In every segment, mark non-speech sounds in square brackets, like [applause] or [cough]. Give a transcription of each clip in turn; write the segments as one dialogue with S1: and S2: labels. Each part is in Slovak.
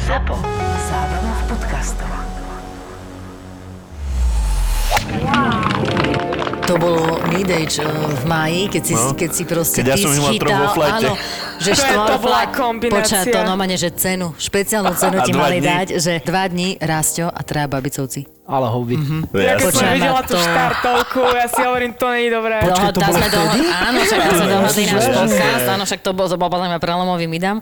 S1: Zapo. Zábrná v podcastov.
S2: To bolo Midage v máji, keď si,
S3: No.
S2: no. keď si proste
S3: Keď ja
S2: ty
S3: som
S2: schytal,
S3: Hilma Trhov vo flajte.
S2: áno, že
S4: To je- to bola
S2: štvorflak-
S4: kombinácia.
S2: Počkaj, to normálne, že cenu, špeciálnu cenu
S3: A
S2: ti
S3: dva
S2: mali
S3: dní.
S2: dať, že dva dní Rásťo a traja babicovci.
S5: Ale houby. Mm-hmm.
S4: Ja keď som
S2: Počujem,
S4: videla
S2: a
S4: tú
S2: to-
S4: štartovku, ja si hovorím, to nie je dobré.
S5: Počkaj,
S2: Dohod,
S5: to bolo
S2: sme
S5: vtedy?
S2: doho- áno, však dá sa dohodli náš
S3: Jasné.
S2: podcast, áno, však to bol, to bol podľa mňa prelomovým idám.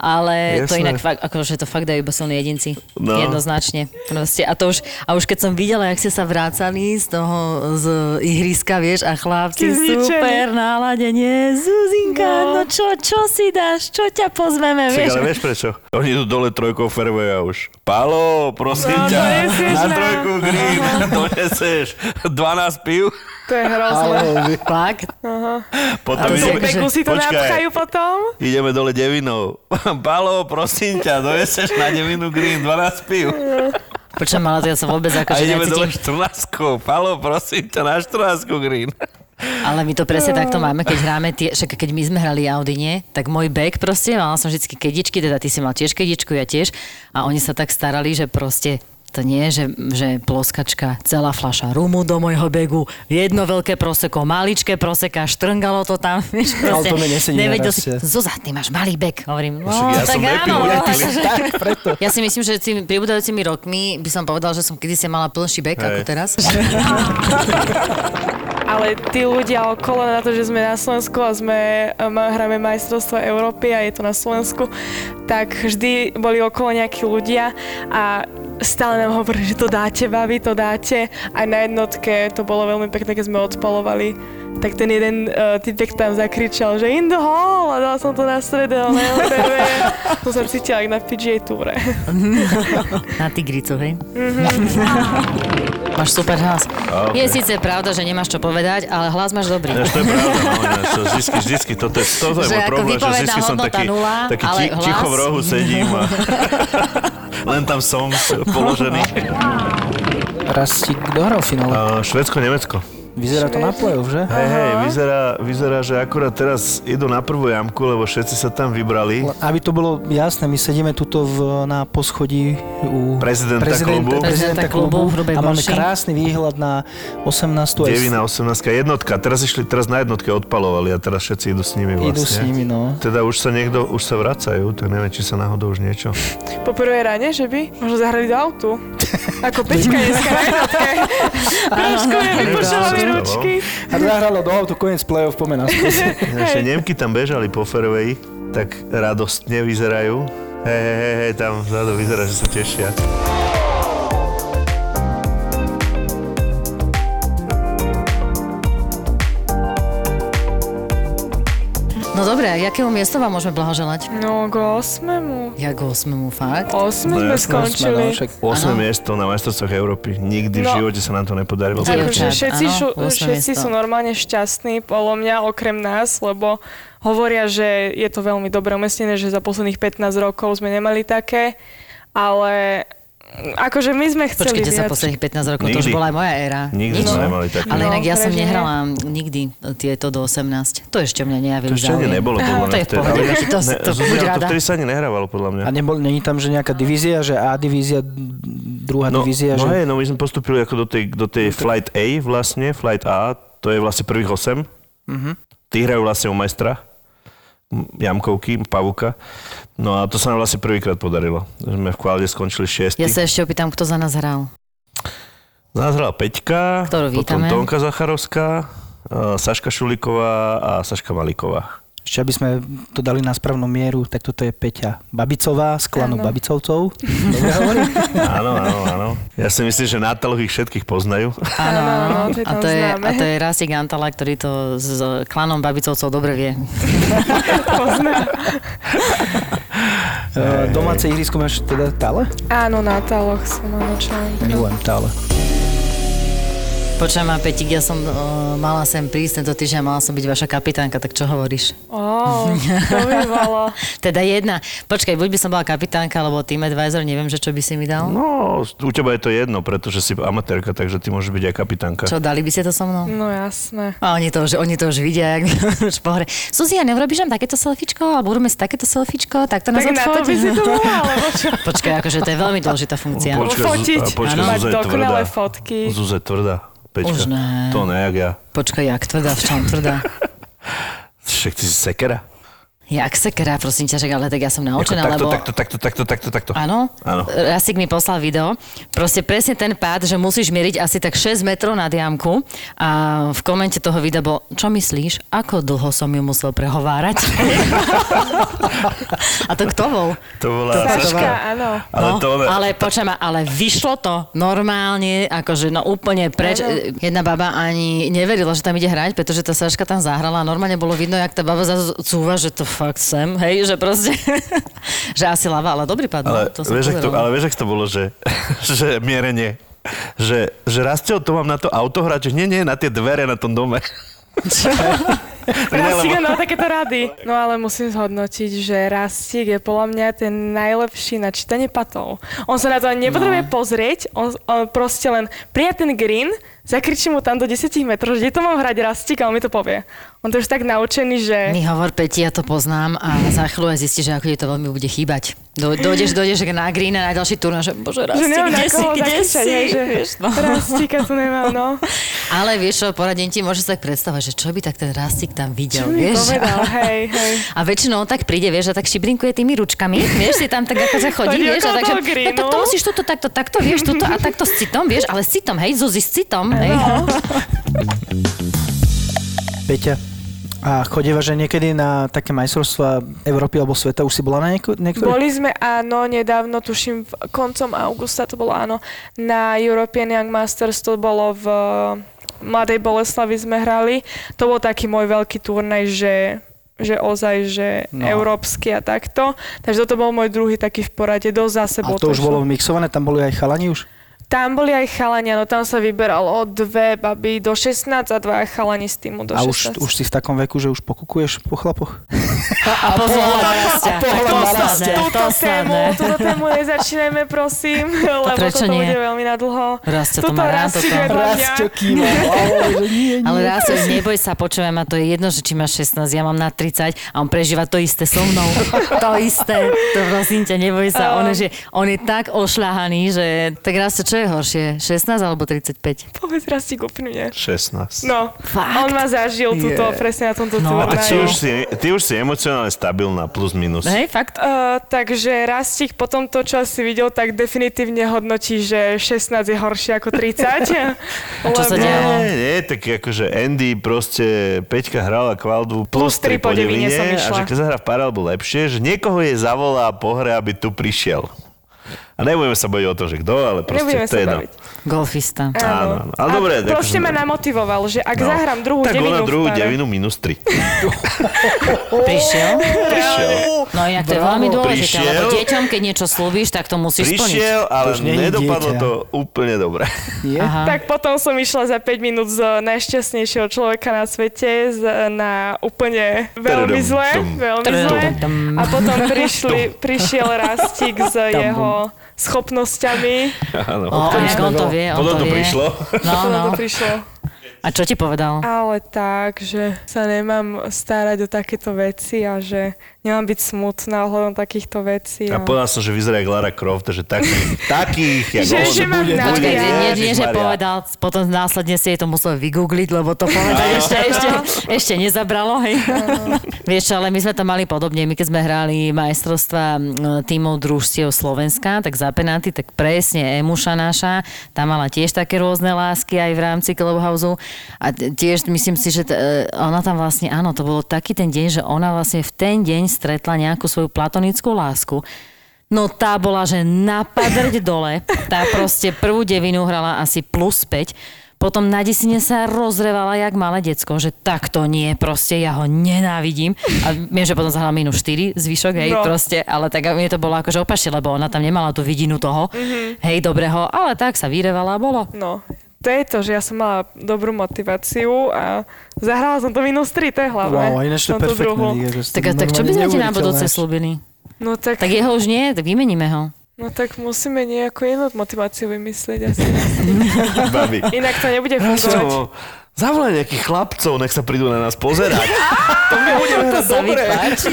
S2: Ale to
S3: Jasné.
S2: inak, fakt, akože to fakt dajú iba silní jedinci.
S3: No.
S2: Jednoznačne. Proste. A, to už, a už keď som videla, jak ste sa vracali z toho z ihriska, vieš, a chlapci,
S4: Ty zničený.
S2: super náladenie. Zuzinka, no. no čo, čo si dáš, čo ťa pozveme,
S3: Však,
S2: vieš.
S3: ale vieš prečo? Oni idú dole trojkou fervoja už. Pálo, prosím
S4: No,
S3: ťa,
S4: donesieš
S3: na
S4: nám.
S3: trojku [laughs] green, donesieš 12 pív,
S4: To je hrozné.
S2: Fakt?
S3: potom
S2: Ale to
S4: Do
S3: ideme,
S2: je-
S4: beku si to
S3: Počkaj.
S4: napchajú potom.
S3: ideme dole devinou. [laughs] Pálo, prosím ťa, donesieš na devinu green 12 pív.
S2: Počujem, ale to ja sa vôbec
S3: A
S2: akože
S3: ideme
S2: necítim.
S3: dole 14. Pálo, prosím ťa, na 14 green.
S2: Ale my to presne takto máme, keď hráme tie, však keď my sme hrali Audi, nie, tak môj back proste, mala som vždy kedičky, teda ty si mal tiež kedičku, ja tiež, a oni sa tak starali, že proste to nie, je, že, že ploskačka, celá fľaša rumu do môjho begu, jedno veľké proseko, maličké proseka, štrngalo to tam, [laughs] vieš,
S5: Ale to mi nesedí na
S2: nevedel
S5: raste.
S2: si, Zuzá, ty máš malý bek, hovorím, no,
S3: však ja
S2: tak
S3: som
S2: áno,
S3: nepil, ja
S2: no,
S3: ti-
S2: takže- ja si myslím, že tými pribúdajúcimi rokmi by som povedal, že som kedysi mala plnší bek ako
S3: Hej. [laughs]
S2: teraz.
S4: Ale tí ľudia okolo na to, že sme na Slovensku a sme, um, hráme majstrovstvo Európy a je to na Slovensku, tak vždy boli okolo nejakí ľudia a stále nám hovorili, že to dáte, babi, to dáte. Aj na jednotke to bolo veľmi pekné, keď sme odpalovali. Tak ten jeden uh, typek tam zakričal, že in the hall a dal som [laughs] to na stredo, na LTV. To sa cítila jak na PGA túre.
S2: Na Tigricu, hej? máš super hlas. Je síce pravda, že nemáš čo povedať, ale hlas máš dobrý.
S3: Ináč to je pravda, no, ináč to vždycky, vždycky, toto je, toto je
S2: Že
S3: môj
S2: ako
S3: problém, že
S2: výpovedná
S3: vždycky som
S2: hodnota
S3: taký,
S2: nula,
S3: taký
S2: ale
S3: ti,
S2: hlas-
S3: ticho v rohu sedím
S2: [laughs]
S3: a len tam som s- položený.
S5: Raz ti kto hral v finále?
S3: Uh, Švedsko, Nemecko.
S5: Vyzerá to na play že?
S3: Hej, hej, vyzerá, vyzerá, že akurát teraz idú na prvú jamku, lebo všetci sa tam vybrali.
S5: Le- Aby to bolo jasné, my sedíme tuto v, na poschodí u
S3: Prezidenta klubu.
S2: Prezidenta klubu v Hrubej
S5: a máme
S2: Boši.
S5: krásny výhľad na 18. aj s-
S3: 9 na 18 jednotka. Teraz išli, teraz na jednotke odpalovali a teraz všetci idú s nimi vlastne.
S5: Idú s nimi, no.
S3: Teda už sa niekto, už sa vracajú, tak neviem, či sa náhodou už niečo.
S4: Po prvej rane, že by? Možno zahrali do
S3: [laughs]
S4: autu. Ako Peťka dneska na jednotke. Trošku mi vypočúvali
S3: Áno. no.
S4: ručky.
S5: A zahralo do auto koniec play-off, pomená.
S2: [laughs]
S3: Ešte Nemky tam bežali po fairway, tak radostne vyzerajú. Hej, hej, hej, hej, tam vzadu vyzerá, že sa tešia.
S2: No dobre, a k jakému miestu vám môžeme blahoželať?
S4: No, k osmemu.
S2: Ja k osmému, fakt.
S4: Osme
S3: No
S4: sme
S3: jasné,
S4: skončili.
S3: 8 miesto na majstrovstvách Európy. Nikdy v
S4: No.
S3: živote sa nám to nepodarilo.
S2: Dievčat,
S4: Akože všetci,
S2: áno,
S4: šu,
S2: osme
S4: všetci
S2: miesto.
S4: sú normálne šťastní, podľa mňa, okrem nás, lebo hovoria, že je to veľmi dobre umestnené, že za posledných 15 rokov sme nemali také, ale akože my sme chceli
S2: Počkajte sa
S4: viac.
S2: posledných 15 rokov, to už
S3: Nikdy.
S2: bola aj moja éra.
S3: Nikdy
S2: Nič.
S3: sme nemali také.
S2: Ale
S4: No,
S2: inak ja som
S4: preženie.
S2: nehrala nikdy tieto do 18. To ešte mňa nejavil
S3: To ešte ani
S2: záujem.
S3: nebolo
S2: Aha,
S3: podľa
S2: To je
S3: mňa
S2: v pohode,
S3: Ale-
S2: to,
S3: Ne,
S2: to, to
S3: Zuzana,
S2: buď
S3: to
S2: rada.
S3: vtedy sa ani nehrávalo podľa mňa.
S5: A nebol, není tam, že nejaká divízia, že A divízia, d- druhá
S3: No,
S5: divízia,
S3: no
S5: že...
S3: hej, no my sme postupili ako do tej,
S2: No,
S3: do tej Flight A vlastne, Flight A, to je vlastne prvých 8.
S5: Mhm.
S3: Tí hrajú vlastne u majstra, m, Jamkovky, Pavuka. No a to sa nám vlastne prvýkrát podarilo. Sme v kvalde skončili 6.
S2: Ja sa ešte opýtam, kto za nás hral.
S3: Nás hrala Peťka,
S2: Ktorú
S3: potom
S2: vítame.
S3: Tonka Zacharovská, eh, Saška Šuliková a Saška Maliková.
S5: Ešte aby sme to dali na správnu mieru, tak toto je Peťa Babicová z klanu
S4: Áno.
S5: Babicovcov. Dobre hovorím?
S3: [laughs] Áno, áno, áno. Ja si myslím, že nátalových ich všetkých poznajú.
S2: Áno,
S4: Áno,
S2: áno.
S4: to je
S2: A
S4: tam
S2: to je,
S4: známe.
S2: a to je Rasik Antala, ktorý to s s klanom Babicovcov dobre vie.
S5: E, domáce ihrisko máš teda Tále?
S4: Áno, na táloch som, áno, čo mám.
S5: Milujem Tále.
S2: Počujem ma, Petik, ja som o, mala sem prísť tento týždeň, mala som byť vaša kapitánka, tak čo hovoríš?
S4: Ó, to by bolo.
S3: [laughs]
S2: Teda jedna. Počkaj, buď by som bola kapitánka, alebo team advisor, neviem, že čo by si mi dal.
S3: No, u teba je to jedno, pretože si amatérka, takže ty môžeš byť aj kapitánka.
S2: Čo, dali by ste to so mnou?
S4: No jasné.
S2: A oni to už, oni to už vidia, jak mi [laughs] už pohre. Suzia, neurobíš nám takéto selfiečko? Alebo urobíme si takéto selfiečko? Tak to nás
S4: Tak na to
S2: odfoť?
S4: by si to bola, alebo čo?
S2: [laughs] Počkaj, akože to je veľmi dôležitá funkcia.
S3: Počkaj, Zu-
S4: Fotiť.
S3: a počkaj,
S4: Áno.
S3: Zuza je
S4: Mať dokonalé
S3: tvrdá.
S4: fotky.
S3: Zuza je tvrdá. Peťka.
S2: Už ne.
S3: To ne, jak ja.
S2: Počkaj, jak tvrdá, v čom tvrdá?
S3: Však ty si sekera.
S2: Jak sekera, prosím ťa, že ale tak ja som naučená, lebo...
S3: takto, takto, takto, takto, takto, takto.
S2: Áno?
S3: Áno.
S2: Rasik mi poslal video. Proste presne ten pád, že musíš mieriť asi tak 6 metrov nad jamku. A v komente toho videa bol, čo myslíš, ako dlho som ju musel prehovárať? [laughs] a to kto bol?
S3: To bola
S2: To
S3: Saška.
S4: Saška, áno.
S3: Ale to ona...
S2: No, ale počujem, ale vyšlo to normálne, akože no úplne preč. Jedna baba ani neverila, že tam ide hrať, pretože tá Saška tam zahrala a normálne bolo vidno, jak tá baba zase cúva, že to fakt sem, hej, že proste, [laughs] že asi lava, ale dobrý pad, no,
S3: Ale,
S2: to som
S3: vieš, ak to, ale
S2: povedala.
S3: vieš, ak to bolo, že, [laughs] že mierenie. Že, že rasteo, to mám na to auto hrať, že nie, nie, na tie dvere na tom
S4: [laughs]
S3: dome. [laughs]
S4: Rastík no takéto rady. No ale musím zhodnotiť, že Rastík je podľa mňa ten najlepší na čítanie patov. On sa na to ani nepotrebuje pozrieť, on, on proste len prija ten green, zakričí mu tam do 10 metrov, že kde to mám hrať Rastík a on mi to povie. On to je už tak naučený, že...
S2: Mi hovor, Peti, ja to poznám a za chvíľu aj zistíš, že ako ti to veľmi bude chýbať. Do, dojdeš, dojdeš na green a na ďalší turnaj, že bože,
S4: Že
S2: rastie,
S4: neviem,
S2: kde
S4: na
S2: si,
S4: koho no.
S2: kde si? no.
S4: zakričať, hej, že Rastíka tu nemám, no.
S2: Ale vieš čo, poradím ti, môžeš si tak predstavať, že čo by tak ten rastík tam videl,
S4: Čo mi
S2: vieš?
S4: povedal, hej, hej.
S2: A väčšinou on tak príde, vieš, a tak šibrinkuje tými ručkami, vieš, si tam tak ako sa chodí,
S4: Chodí
S2: vieš, a
S4: okolo
S2: takže,
S4: toho greenu.
S2: no, tak to musíš toto, takto, takto, vieš, toto a takto s citom, vieš, ale s citom, hej, Zuzi s citom, hej.
S5: Peťa, a chodeva, že niekedy na také majstrovstvá Európy alebo sveta už si bola na nieko- niektorých?
S4: Boli sme, áno, nedávno, tuším, v, koncom augusta to bolo, áno, na European Young Masters to bolo v Mladej Boleslavi sme hrali. To bol taký môj veľký turnaj, že že ozaj, že
S5: No.
S4: no. európsky a takto. Takže toto bol môj druhý taký v porade, dosť za
S5: A
S4: sebou.
S5: to už
S4: išlo.
S5: bolo mixované, tam boli aj chalani už?
S4: Tam boli aj chalania, no tam sa vyberalo dve baby do 16 a dva chalani z týmu do
S5: A
S4: 16.
S5: už, už si v takom veku, že už pokukuješ po chlapoch?
S2: A pozvala rastia.
S5: a pohľad
S2: To
S5: na
S2: snad
S5: rastia.
S2: ne,
S4: túto
S2: to snad
S4: tému,
S2: ne.
S4: túto tému nezačínajme, prosím, lebo
S2: prečo
S4: toto
S2: nie?
S4: bude veľmi na dlho.
S2: Rastio to má rád, toto.
S5: Rastio kýva hlavou, že nie, nie.
S2: Ale raz už neboj sa, počujem ma, to je jedno, že či máš 16, ja mám na 30 a on prežíva to isté so mnou. to isté, to prosím ťa, neboj sa. On je, že, on je tak ošľahaný, že tak raz čo je horšie, 16 alebo 35?
S4: Povedz Rastík úprimne.
S3: 16.
S4: No,
S2: Fakt?
S4: on ma zažil túto, presne na tomto
S2: No,
S4: no,
S2: a
S3: A tak si
S4: turnaji.
S3: už si, ty už si emocionálne stabilná, plus minus.
S2: Hej, fakt?
S4: Uh, takže Rastík po tomto, čo si videl, tak definitívne hodnotí, že 16 je horšie ako
S2: [laughs]
S4: 30.
S2: čo sa
S4: lebo-
S2: dialo?
S3: Nie, nie, tak akože Andy proste Peťka hrala kvaldu plus 3 po devine
S4: som
S3: a
S4: išla.
S3: že keď zahra v paralbu lepšie, že niekoho jej zavolá po hre, aby tu prišiel. A nebudeme sa baviť o to, že kto, ale proste
S4: Nebudeme
S3: to
S4: sa
S3: je jedno.
S4: baviť.
S2: Golfista.
S3: Áno, áno. Ale dobre,
S4: a
S3: akože-
S4: proste ma namotivoval, že ak zahrám
S3: No.
S4: druhú
S3: tak
S4: devinu
S3: ona druhú
S4: v páre-
S3: devinu minus
S4: [laughs]
S3: 3.
S2: Prišiel?
S3: Prišiel,
S2: No inak to je veľmi dôležité,
S3: Prišiel.
S2: lebo deťom, keď niečo slúbiš, tak to musíš splniť.
S3: prišiel ale
S5: To už nie je
S3: nedopadlo
S5: dieťa.
S3: to úplne dobre. [laughs]
S5: Nie?
S2: Aha.
S4: Tak potom som išla za 5 minút z najšťastnejšieho človeka na svete z, na úplne veľmi
S3: Tadadum,
S4: zle,
S3: tum,
S4: veľmi
S2: tadadum,
S4: zle.
S2: tum.
S4: A
S2: [laughs]
S4: potom prišli, prišiel Rastík s jeho schopnosťami.
S2: O,
S3: Áno.
S2: a jak No, on to vie, on to
S3: Potom to
S2: vie.
S3: prišlo.
S2: No,
S4: Potom
S2: no.
S4: to prišlo.
S2: A čo ti povedal?
S4: Ale tak, že sa nemám starať o takéto veci a že nemám byť smutná ohľadom takýchto vecí.
S3: A povedal som, že vyzerá jak Lara Croft, že takých,
S4: [laughs]
S3: takých, jak
S4: Že-
S3: on,
S4: že mám
S3: bude,
S4: na-
S3: bude,
S2: Počkaj, nie, nie, nie, že
S3: Ježišmaria.
S2: povedal, potom následne si jej to musel vygoogliť, lebo to povedať ešte, ešte, ešte nezabralo, hej. Vieš čo, ale my sme to mali podobne, my keď sme hrali majstrovstva mm, tímov družstiev Slovenska, tak za penalty, tak presne Emuša naša, tá mala tiež také rôzne lásky aj v rámci Clubhouse a t- tiež myslím si, že t- e, ona tam vlastne, áno, to bolo taký ten deň, že ona vlastne v ten deň stretla nejakú svoju platonickú lásku No tá bola, že napadrť dole. Tá proste prvú devinu hrala asi plus 5. Potom na desine sa rozrevala jak malé decko, že takto nie, proste ja ho nenávidím. A viem, že potom zahrala minus 4 zvyšok, hej,
S4: No.
S2: proste, ale tak mne to bolo akože opačne, lebo ona tam nemala tú vidinu toho, hej, dobrého, ale tak sa vyrevala a bolo.
S4: No, to je to, že ja som mala dobrú motiváciu a zahrala som to minus 3, to je hlavné.
S5: Wow, ináč
S4: v
S5: to je
S4: tomto
S5: perfektné.
S4: druhu.
S5: Liga, že ste
S2: Tak, a- tak čo by sme ti
S5: normálne
S2: na
S5: neuveriteľné
S2: budúce
S5: až.
S2: slúbili?
S4: No tak,
S2: Tak jeho už nie, tak vymeníme ho.
S4: no tak musíme nejakú inú motiváciu vymyslieť asi.
S3: [laughs]
S4: [laughs]
S3: Babi.
S4: Inak to nebude fungovať.
S3: Rasto, zavolaj nejakých chlapcov, nech sa prídu na nás pozerať. to mi bude to
S2: Sa mi páči.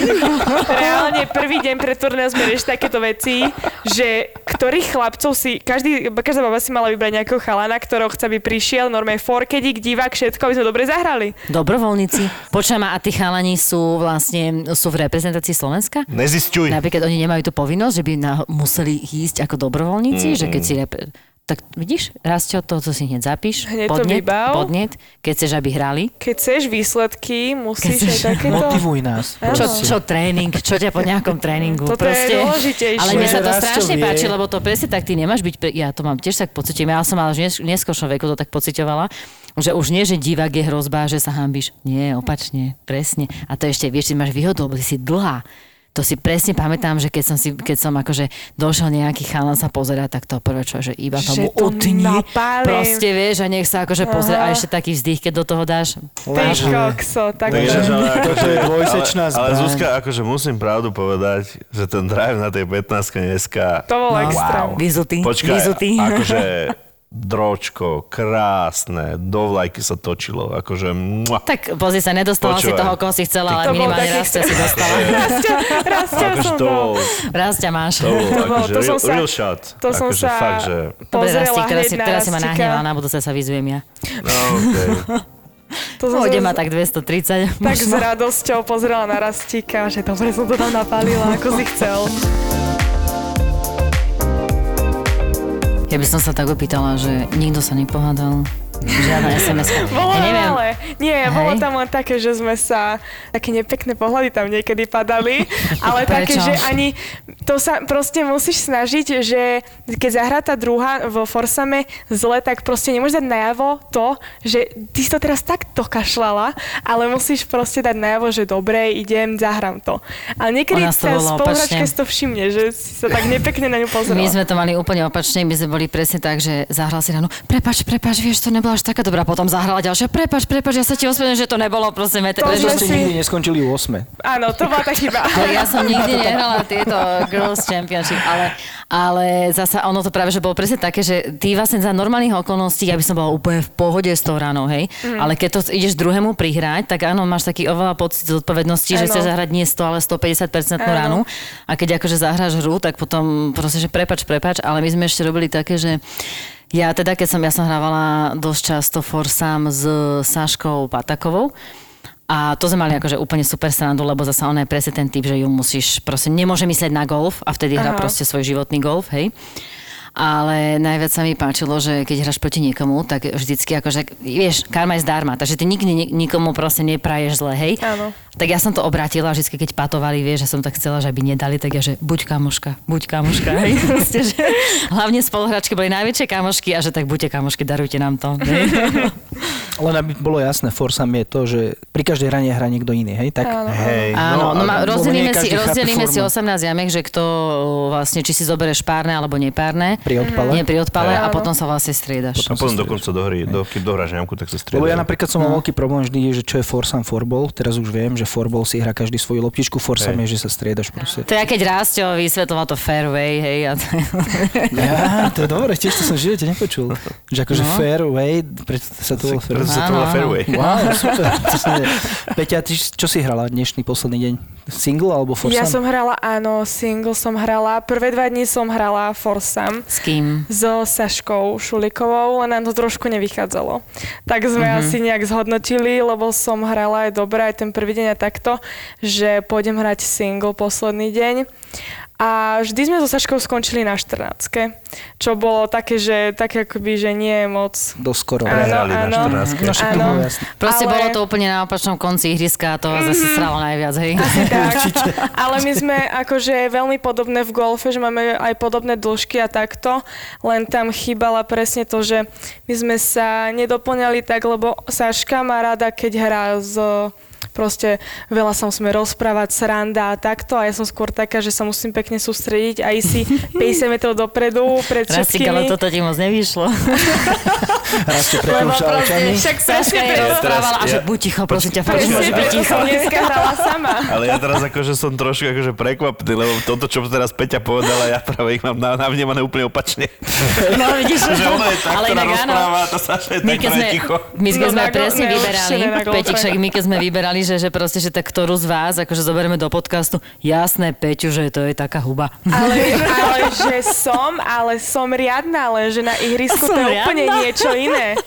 S4: Reálne prvý deň pred turné sme riešili takéto veci, že ktorých chlapcov si, každý, každá baba si mala vybrať nejakého chalana, ktorého chce, aby prišiel, normálne forkedík, divák, všetko, aby sme dobre zahrali.
S2: Dobrovoľníci. Počujem, a tí chalani sú vlastne sú v reprezentácii Slovenska?
S3: Nezisťuj.
S2: Napríklad oni nemajú tú povinnosť, že by na, museli ísť ako dobrovoľníci, mm. že keď si rep- tak vidíš, Rastio, to, to si hneď zapíš.
S4: Hneď to
S2: podnet,
S4: vybav.
S2: podnet, keď chceš, aby hrali.
S4: Keď chceš výsledky,
S2: Keď
S4: musíš aj
S2: chceš-
S4: takéto...
S5: Motivuj nás.
S4: Áno.
S2: Čo,
S5: proste.
S2: čo tréning, čo ťa po nejakom tréningu.
S4: Toto je
S2: proste.
S4: dôležitejšie.
S2: Ale mne sa to
S5: Rastio
S2: strašne
S5: vie.
S2: páči, lebo to presne tak, ty nemáš byť, pe- ja to mám tiež tak pocitím, ja som ale už v nes- neskôršom veku to tak pocitovala, že už nie, že divák je hrozba, že sa hambíš. Nie, opačne, presne. A to ešte, vieš, ty máš výhodu, lebo ty si dlhá. To si presne pamätám, že keď som, si, keď som akože došiel nejaký chalan sa pozerať, tak to prvé čo, že iba
S4: Že
S2: tomu
S4: to
S2: utni,
S4: napálim.
S2: proste vieš, a nech sa akože pozera a
S4: Aha.
S2: ešte taký vzdych, keď do toho dáš.
S4: Ty kokso, tak
S3: Takže,
S5: Takže
S3: ale
S5: toto
S3: akože-
S5: je dvojsečná
S3: ale, ale
S5: zbraň.
S3: Zuzka, akože musím pravdu povedať, že ten drive na tej 15 dneska...
S4: to bolo extra.
S2: Vyzutý,
S3: Počkaj,
S2: vyzutý. [laughs]
S3: akože dročko, krásne, do vlajky sa točilo, akože... Mua.
S2: Tak pozri sa, nedostala si
S3: Počúvaj.
S2: toho, koho si chcela,
S4: To
S2: ale
S4: bol
S2: minimálne
S4: taký
S2: raz ťa si dostala.
S4: Raz ťa
S3: akože
S4: som
S3: to,
S4: bol.
S2: Raz ťa máš.
S3: to bol
S4: [laughs] To bol-
S3: akože
S4: to som
S3: real,
S4: sa-
S3: real shot.
S4: To som
S3: akože
S4: sa
S3: fakt, že...
S2: Dobre,
S4: pozrela
S2: Rastík, teraz
S4: hneď
S2: si,
S4: na
S2: teraz si ma
S4: Rastíka.
S2: nahnevala, na budúce sa vyzujem ja.
S3: No,
S2: [laughs]
S3: okay.
S4: To som
S2: Pôjde
S4: sa-
S2: ma No, tak 230.
S4: tak s radosťou pozrela na Rastíka, že dobre som to tam napálila, ako si chcel.
S2: Ja by som sa tak opýtala, že nikto sa nepohádal. Žiadna SMS.
S4: [laughs] Bolo
S2: Ja neviem.
S4: ale, nie,
S2: Hej.
S4: bolo tam len také, že sme sa, také nepekné pohľady tam niekedy
S2: [laughs]
S4: padali, ale také,
S2: Prečo?
S4: že ani, to sa proste musíš snažiť, že keď zahrá tá druhá vo forsame zle, tak proste nemôžeš dať najavo to, že ty si to teraz tak dokašľala, ale musíš proste dať najavo, že dobre, idem, zahrám to. Ale
S2: U
S4: niekedy
S2: nás to
S4: sa
S2: bolo
S4: spoluhračka
S2: opačne.
S4: si to všimne, že si sa tak nepekne na ňu pozrela.
S2: My sme to mali úplne opačne, my sme boli presne tak, že zahrala si ráno, prepač, prepač, vieš, to nebola až taká dobrá, potom zahrala ďalšia, prepač, prepač, ja sa ti ospravedlňujem, že to nebolo, prosím, met-
S4: To
S5: Že
S2: že-
S5: ste
S4: si-
S5: nikdy neskončili u 8.
S4: Áno, to bola tá chyba.
S2: No, ja som nikdy nehrala tieto Girls Championship, ale, ale zasa ono to práve, že bolo presne také, že ty vlastne za normálnych okolností, ja by som bola úplne v pohode s tou ranou, hej,
S4: Mhm.
S2: mm. ale keď to ideš druhému prihrať, tak áno, máš taký oveľa pocit zodpovednosti, že
S4: Áno.
S2: chceš zahrať nie 100, ale 150%
S4: Áno.
S2: ranu a keď akože zahráš hru, tak potom proste, že prepač, prepač, ale my sme ešte robili také, že ja teda, keď som, ja som hrávala dosť často forsám s Saškou Patakovou, a to sme mali akože úplne super srandu, lebo zasa ona je presne ten typ, že ju musíš, proste nemôže myslieť na golf a vtedy hrá
S4: Aha.
S2: proste svoj životný golf, hej. Ale najviac sa mi páčilo, že keď hráš proti niekomu, tak vždycky akože, vieš, karma je zdarma, takže ty nikdy ni- nikomu proste nepraješ zle, hej.
S4: Áno.
S2: Tak ja som to obratila, vždy keď patovali, vieš, že som tak chcela, že aby nedali, tak ja, že buď kamoška, buď kamoška. Hej. Proste, že hlavne spoluhráčky boli najväčšie kamošky a že tak buďte kamošky, darujte nám to. Hej.
S5: Len aby bolo jasné, forsam je to, že pri každej rane hrá niekto iný, hej? Tak
S4: Áno.
S3: Hej,
S2: Áno, no,
S5: a-
S2: ma,
S5: lebo
S2: rozdelíme,
S5: nie
S2: si,
S5: každý chápe
S2: rozdelíme si
S5: formu.
S2: 18 jamiek, že kto vlastne, či si zoberieš párne alebo nepárne.
S5: Pri odpale.
S2: Nie, pri odpale a
S4: Áno.
S2: potom sa vlastne striedaš.
S3: A No, potom dokonca do hry, do, keď dohráš nejakú, tak sa striedaš.
S5: Lebo ja napríklad som mal
S4: No.
S5: veľký problém vždy, že čo je forsam forbol. Teraz už viem, že forbol si hrá každý svoju loptičku, forsam je, že sa striedaš
S4: [laughs]
S5: proste.
S2: To ja keď Rásťo vysvetloval to fairway, hej, a to,
S5: Ja, to je dobre, tiež to som v živote nepočul. Že akože
S2: No.
S5: fair way, preto sa to volá fair
S3: Preto sa to
S2: Áno,
S3: volá
S2: áno.
S3: fairway. [laughs]
S5: Wow, super. to som vedel. Peťa, ty čo si hrala dnešný posledný deň? Single alebo forsam?
S4: Ja som hrala, áno, single som hrala. Prvé dva dni som hrala Forsam
S2: [laughs] s kým?
S4: so Saškou Šulikovou, len nám to trošku nevychádzalo. Tak sme mm-hmm. asi nejak zhodnotili, lebo som hrala aj dobre, aj ten prvý deň a takto, že pôjdem hrať single posledný deň. A vždy sme so Saškou skončili na 14. Čo bolo také, že také akoby, že nie je moc.
S5: Doskoro.
S4: Áno,
S3: Prehrali na
S4: áno.
S3: 14.
S5: No však to
S4: Áno.
S5: bolo jasné.
S2: Proste
S4: Ale-
S2: bolo to úplne na opačnom konci ihriska a to vás zase sralo najviac, hej.
S4: tak. Ale my sme akože veľmi podobné v golfe, že máme aj podobné dĺžky a takto, len tam chýbala presne to, že my sme sa nedoplňali tak, lebo Saška má rada, keď hrá s proste veľa sa musíme rozprávať, sranda a takto a ja som skôr taká, že sa musím pekne sústrediť a ísť si 50 metrov dopredu pred
S2: Rastik, ale
S4: všetkými.
S2: toto ti moc nevyšlo.
S5: Raz ste
S4: Lebo
S5: prekúšali
S4: proste,
S5: očami.
S4: však
S2: Saška
S4: presne
S2: je
S4: preto-
S2: rozprávala a
S3: teraz
S2: že
S3: ja-
S2: buď ticho, prosím ťa,
S3: počkaj,
S2: prosím,
S4: Presne
S2: musíš byť
S4: preto
S2: ticho.
S4: som dneska hrala sama.
S3: Ale ja teraz akože som trošku akože prekvapený, lebo toto, čo teraz Peťa povedala, ja práve ich mám na- navnímané úplne opačne.
S2: No, vidíš,
S3: Že ono je tá,
S2: [laughs] ale
S3: ktorá
S2: inak áno.
S3: rozpráva, a tá Saša je tá,
S2: My keď
S3: ktorá
S2: sme,
S3: je ticho.
S2: my keď
S4: No,
S2: sme
S4: na go-
S2: presne
S4: ne,
S2: vyberali,
S4: určite na golfe.
S2: Peťo, však my keď sme vyberali, že, že proste, že tak ktorú z vás, akože zoberieme do podcastu, jasné, Peťu, že to je taká huba.
S4: Ale,
S2: [laughs]
S4: ale že som, ale som riadna, lenže na ihrisku
S2: Som
S4: to je úplne
S2: riadna?
S4: niečo iné.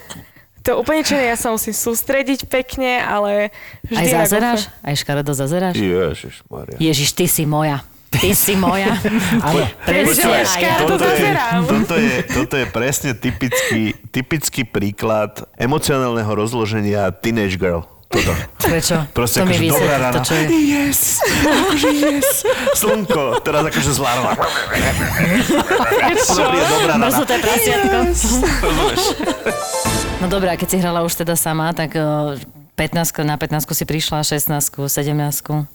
S4: To je úplne čo iné, ja sa musím sústrediť pekne, ale
S2: Aj
S4: vždy na
S2: zazeráš?
S4: golfe.
S2: Aj škaredo zazeráš?
S3: Ježišmaria.
S2: Ježiš, ty si moja. Ty si
S3: [laughs]
S2: moja.
S5: Áno.
S2: Presne
S4: Počúvaj,
S2: aj ja.
S4: škaredo
S3: toto, je,
S4: zazerám.
S3: toto, je, toto je presne typický, typický príklad emocionálneho rozloženia teenage girl. Toto.
S2: Prečo?
S3: Proste
S2: to mi
S3: akože
S2: vysvetli,
S3: dobrá rána.
S2: to, čo je.
S3: Yes, akože yes. Slnko, teraz akože zlárla. Dobrý, je dobrá rána.
S2: Mrznuté prasiatko. No dobré, a keď si hrala už teda sama, tak eh, 15, na 15 si prišla, 16, 17.
S3: 15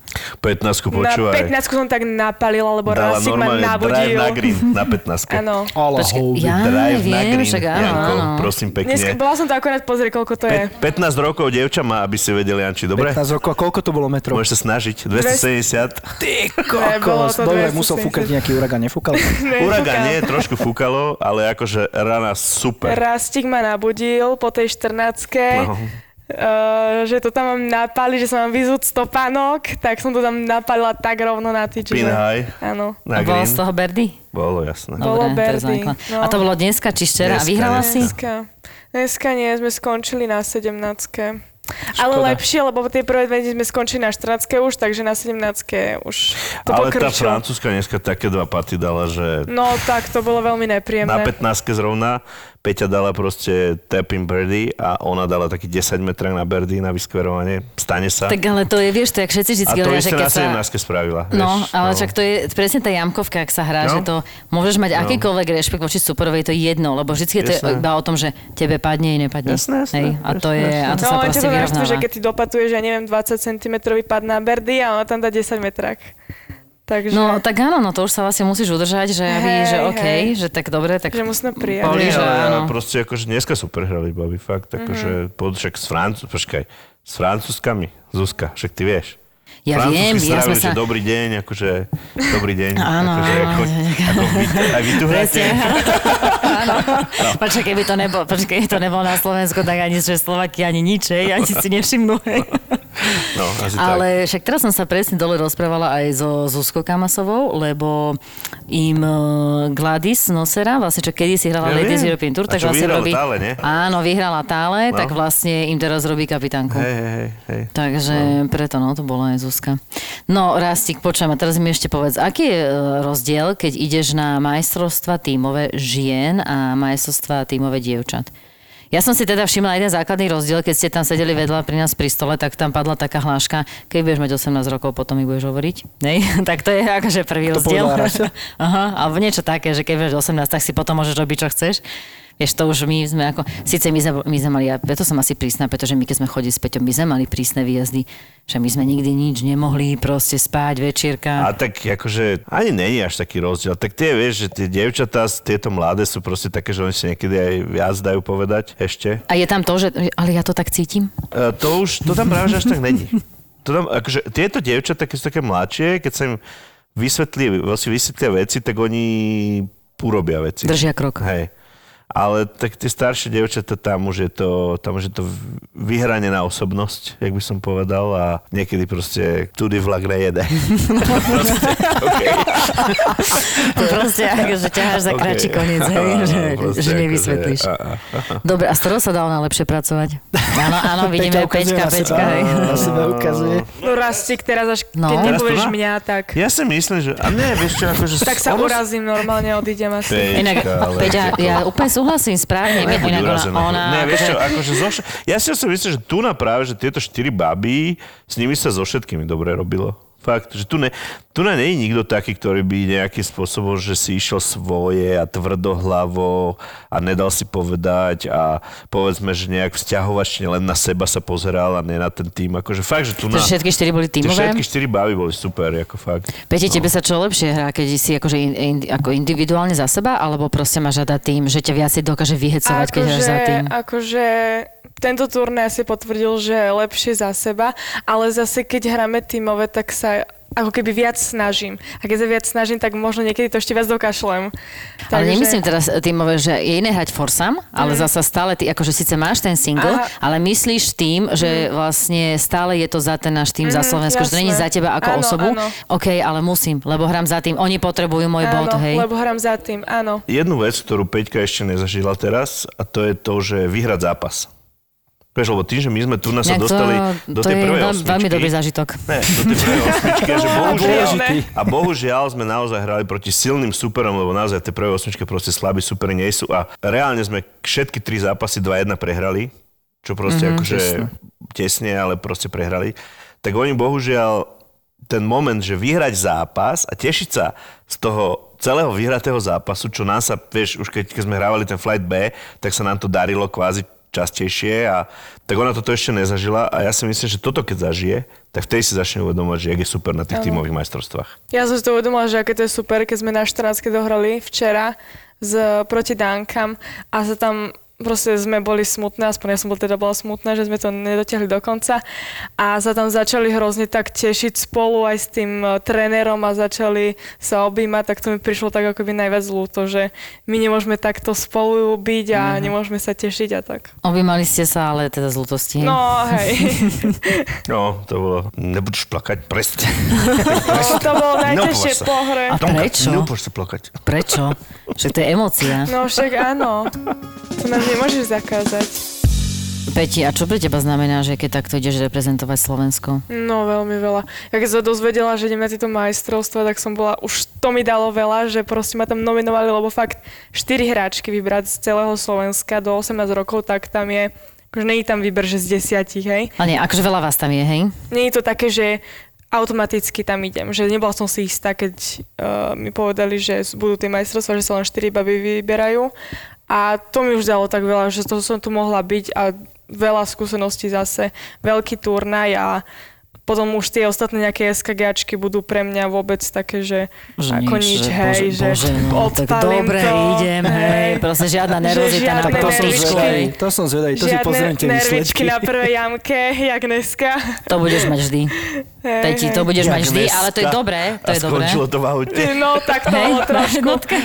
S4: Na
S3: počúvaj.
S4: 15 som tak napalila, lebo
S3: Dala
S4: raz si ma
S3: normálne drive
S4: nabudil.
S3: na green, na 15.
S4: Áno.
S5: Ola, houby.
S2: ja
S3: drive na
S2: viem,
S3: green,
S2: však áno,
S3: Janko,
S2: áno.
S3: prosím pekne.
S4: Dnes, bola som to akorát pozrieť, koľko to je.
S3: Pe- 15 rokov dievča má, aby si vedeli, Janči, dobre?
S5: 15 rokov, a koľko to bolo metrov?
S3: Môžeš sa snažiť. 270.
S5: Ty
S4: bolo
S5: kokos.
S4: to
S5: Dobre,
S4: 270.
S5: musel fúkať nejaký uragán,
S4: [laughs]
S5: nefúkal?
S4: Ne,
S3: Uragán
S4: fúkam.
S3: nie, trošku fúkalo, ale akože rana super.
S4: Rastík ma nabudil po tej 14
S3: No.
S4: Uh, že to tam mám napali, že sa mám vyzúť stopánok, tak som to tam napalila tak rovno na ty, čiže...
S3: Pinhaj.
S4: Áno.
S2: A
S3: Na
S2: bola z
S3: green.
S2: toho Berdy?
S3: Bolo jasné.
S4: No.
S2: Dobre, to
S4: Bolo
S2: je
S4: Berdy,
S2: základ.
S4: no.
S2: A to bolo dneska či včera? a
S3: Dneska,
S2: vyhrala si?
S4: Dneska, dneska nie, sme skončili na 17 ale
S5: Škoda.
S4: lepšie, lebo tie prvé dve dni sme skončili na 14 už, takže na 17 už to
S3: Ale tá
S4: pokrčilo.
S3: francúzska dneska také dva paty dala, že
S4: No tak, to bolo veľmi
S3: na
S4: nepríjemné.
S3: 15 zrovna Peťa dala proste tapping birdie a ona dala taký 10 metrák na birdie na vyskverovanie. Stane sa.
S2: Tak ale to je, vieš, to jak všetci
S3: a
S2: vždycky
S3: to
S2: hovoria, že
S3: isté
S2: keď
S3: na
S2: sa...
S3: 17 spravila.
S2: No,
S3: vieš,
S2: ale však to je presne tá jamkovka, ak sa hrá,
S3: No.
S2: že to môžeš mať akýkoľvek rešpekt voči superovej, to je jedno, lebo vždy je to
S3: Jasné.
S2: iba o tom, že tebe padne i nepadne.
S3: Jasné, jasné,
S2: Hej, a to
S3: jasné,
S2: je,
S3: jasné.
S2: a to sa proste
S4: no, len ťa to naštve,
S2: vyrovnáva.
S4: že keď ty dopatuješ, ja neviem, 20 cm pad na berdy a ona tam dá 10 metrák. Takže...
S2: No tak áno, no to už sa vlastne musíš udržať, že aby,
S4: Hej,
S2: že OK,
S4: hej.
S2: že tak dobre, tak...
S4: Že musíme prijať.
S2: Boli,
S3: Nie,
S2: že
S3: ale
S2: áno. Mhm.
S3: ale proste akože dneska super hrali baby, fakt. Akože, mm-hmm. však s Francúz, počkaj, s Francúzskami, Zuzka, však ty vieš.
S2: Ja viem,
S3: Francúzsky
S2: ja sme
S3: strávili,
S2: sa...
S3: že dobrý deň, akože dobrý deň.
S2: [laughs] Áno,
S3: akože,
S2: áno,
S3: choď, ako vy, aj vy tu hráte. [laughs]
S2: Presne. Áno.
S3: No.
S2: Počkaj, keby to nebolo, počkaj, keby to nebolo na Slovensku, tak ani že Slovaky, ani nič, hej, ani si nevšimnú. hej.
S3: No, asi tak.
S2: Ale však teraz som sa presne dole rozprávala aj so Zuzkou Kamasovou, lebo im e, Gladys Nosera, vlastne čo kedy si hrala
S3: Ja
S2: Ladies
S3: viem.
S2: European Tour,
S3: A
S2: tak
S3: čo
S2: vlastne
S3: vyhrala
S2: robí...
S3: Tále, nie?
S2: Áno, vyhrala Tále,
S3: No.
S2: tak vlastne im teraz robí kapitánku.
S3: Hej, hej, hej, hej.
S2: Takže preto, no, to bola aj Zuzka. No, Rastík, počujem, a teraz mi ešte povedz, aký je e, rozdiel, keď ideš na majstrovstva tímové žien a majstrovstva tímové dievčat? Ja som si teda všimla jeden základný rozdiel, keď ste tam sedeli vedľa pri nás pri stole, tak tam padla taká hláška, keď budeš mať 18 rokov, potom mi budeš hovoriť. Nej? [laughs] Tak to je akože prvý
S5: To
S2: rozdiel.
S5: povedala Rasto?
S2: Aha, alebo niečo také, že keď budeš 18, tak si potom môžeš robiť, čo chceš. Vieš, to už my sme ako, síce my sme, my sme mali, ja preto som asi prísna, pretože my keď sme chodili s Peťom, my sme mali prísne výjazdy, že my sme nikdy nič nemohli, proste spať,
S3: A
S2: večierka.
S3: tak akože ani není až taký rozdiel. Tak tie vieš, že tie dievčatá, tieto mladé sú proste také, že oni si niekedy aj viac dajú povedať ešte.
S2: A je tam to, že, ale ja to tak cítim.
S3: E, to už, to tam práve že až tak není. To tam, akože, tieto dievčatá, keď sú také mladšie, keď sa im vysvetlí, vlastne vysvetlia veci, tak oni urobia veci.
S2: Držia krok.
S3: Hej. Ale tak tie staršie dievčatá, tam už je to, tam už je to vyhranená osobnosť, jak by som povedal, a niekedy proste tudy vlak nejede. Proste, okay.
S2: To [laughs] proste, akože ťaháš za
S3: Ok.
S2: kráči koniec,
S3: [laughs]
S2: hej,
S3: Áno,
S2: že,
S3: proste
S2: že
S3: akože,
S2: nevysvetlíš.
S3: a-
S2: Dobre, a s ktorou sa dá ona lepšie pracovať? Áno, áno,
S5: [laughs]
S2: vidíme,
S5: ukazuje
S2: pečka,
S5: na seba,
S2: pečka, hej.
S5: Na seba ukazuje.
S4: No rastík teraz, až
S2: No.
S4: keď
S2: Teraz
S4: nepovieš
S3: to má?
S4: mňa, tak,
S3: Ja si myslím, že... A ne, vieš čo, akože...
S4: tak sa
S3: ono-
S4: urazím normálne, odídem asi.
S3: Pečka,
S2: Inak,
S3: ale
S2: Peťa,
S3: ako-
S2: ja úplne súhlasím správne.
S3: Nebuď
S2: Inak ona,
S3: urazená.
S2: ona,
S3: ne, vieš
S2: akože- [laughs]
S3: čo, akože zoš... Ja si asi myslím, že tu na práve, že tieto štyri baby, s nimi sa so všetkými dobre robilo. Fakt, že tu, ne, tu ne, nie je nikto taký, ktorý by nejakým spôsobom, že si išiel svoje a tvrdohlavo a nedal si povedať a povedzme, že nejak vzťahovačne len na seba sa pozeral a nie na ten tým. Akože fakt, že tu na...
S2: Takže všetky štyri boli
S3: tie
S2: tímové.
S3: všetky No. štyri bávy boli super, ako fakt.
S2: Peti, tebe sa čo lepšie hrá, keď si akože in, in, ako individuálne za seba, alebo proste máš rada tým, že ťa viacej dokáže vyhecovať, keď hráš za tým?
S4: Akože tento turnaj si potvrdil, že je lepšie za seba, ale zase keď hráme tímové, tak sa ako keby viac snažím. A keď sa viac snažím, tak možno niekedy to ešte viac dokašlem.
S2: Ale nemyslím teraz týmové, že je iné hrať forsam, ale zasa stále ty, akože síce máš ten single,
S4: Mm. Aha.
S2: ale myslíš tým, že vlastne stále je to za ten náš tým, za
S4: Mhm,
S2: Slovensko, že to není
S4: jasné.
S2: za teba ako
S4: Áno,
S2: osobu.
S4: áno.
S2: OK, ale musím, lebo hrám za tým. Oni potrebujú môj bod,
S4: Áno,
S2: hej.
S4: lebo hrám za tým, áno.
S3: jednu vec, ktorú Peťka ešte nezažila teraz, a to je to, že vyhrať zápas. Vieš, lebo tým, že my sme tu na sa
S2: Nejak
S3: dostali do
S2: to
S3: tej
S2: je
S3: prvej
S2: veľ-
S3: osmičky.
S2: veľmi dobrý zážitok.
S3: Ne, do tej prvej osmičky, a že bohužiaľ,
S5: dôležitý.
S3: a bohužiaľ sme naozaj hrali proti silným superom, lebo naozaj tie prvé osmičky proste slabí superi nie sú a reálne sme všetky tri zápasy 2-1 prehrali, čo
S2: Mhm,
S3: proste mm-hmm, akože tesne, ale proste prehrali. Tak oni bohužiaľ ten moment, že vyhrať zápas a tešiť sa z toho celého vyhratého zápasu, čo nám sa, vieš, už keď, keď sme hrávali ten flight B, tak sa nám to darilo kvázi častejšie a tak ona toto ešte nezažila a ja si myslím, že toto keď zažije, tak vtedy si začne uvedomovať, že jak je super na tých tímových majstrovstvách.
S4: Ja som si to uvedomila, že aké to je super, keď sme na 14 dohrali včera z, proti Dánkam a sa tam proste sme boli smutné, aspoň ja som bol teda bola smutná, že sme to nedotiahli do konca a sa tam začali hrozne tak tešiť spolu aj s tým e, trénerom a začali sa objímať, tak to mi prišlo tak akoby najviac ľúto, že my nemôžeme takto spolu byť a nemôžeme sa tešiť a tak.
S2: Objímali ste sa, ale teda z lutosti. hej?
S4: No hej,
S3: No, to bolo, nebudeš plakať,
S2: [laughs]
S3: prestaň.
S4: to, to bolo najťažšie
S3: sa.
S4: po hre.
S2: A
S3: Tomka,
S2: prečo?
S3: Nebudeš sa plakať.
S2: Prečo? Však to je emócia.
S4: No však áno, to nám nemôžeš zakázať.
S2: Peti, a čo pre teba znamená, že keď takto ideš reprezentovať Slovensko?
S4: No, veľmi veľa. Ja keď sa dozvedela, že idem na tieto majstrovstvá, tak som bola, už to mi dalo veľa, že proste ma tam nominovali, lebo fakt 4 hráčky vybrať z celého Slovenska do 18 rokov, tak tam je, akože nie je tam výber, že z desiatich, hej.
S2: Ale nie, akože veľa vás tam je, hej?
S4: Nie je to také, že automaticky tam idem, že nebola som si istá, keď uh, mi povedali, že budú tie majstrovstvá, že sa len 4 baby vyberajú a to mi už dalo tak veľa, že to som tu mohla byť a veľa skúseností zase, veľký turnaj a potom už tie ostatné nejaké SKGčky budú pre mňa vôbec také, že,
S2: Že
S4: ako nič,
S2: že
S4: hej,
S2: bože,
S4: že
S2: bože, no, tak
S4: odpalím
S2: dobre,
S4: to.
S2: idem, hej, proste žiadna
S4: Že
S2: nervozita na
S4: žiadne
S5: Tak to som
S4: nervičky.
S5: zvedavý, to som zvedavý, to si pozriem
S4: Žiadne
S5: tie
S4: nervičky
S5: výsledky.
S4: na prvej jamke, jak dneska.
S2: To budeš mať vždy.
S4: Hej,
S2: Peti, to
S4: hej.
S2: budeš mať vždy,
S3: Dneska.
S2: ale to je dobré, to
S3: a
S2: je dobré.
S3: skončilo to v aute.
S4: No, tak to
S2: Hej, No.
S4: bolo
S2: na [laughs]
S4: trošku.
S2: jednotke.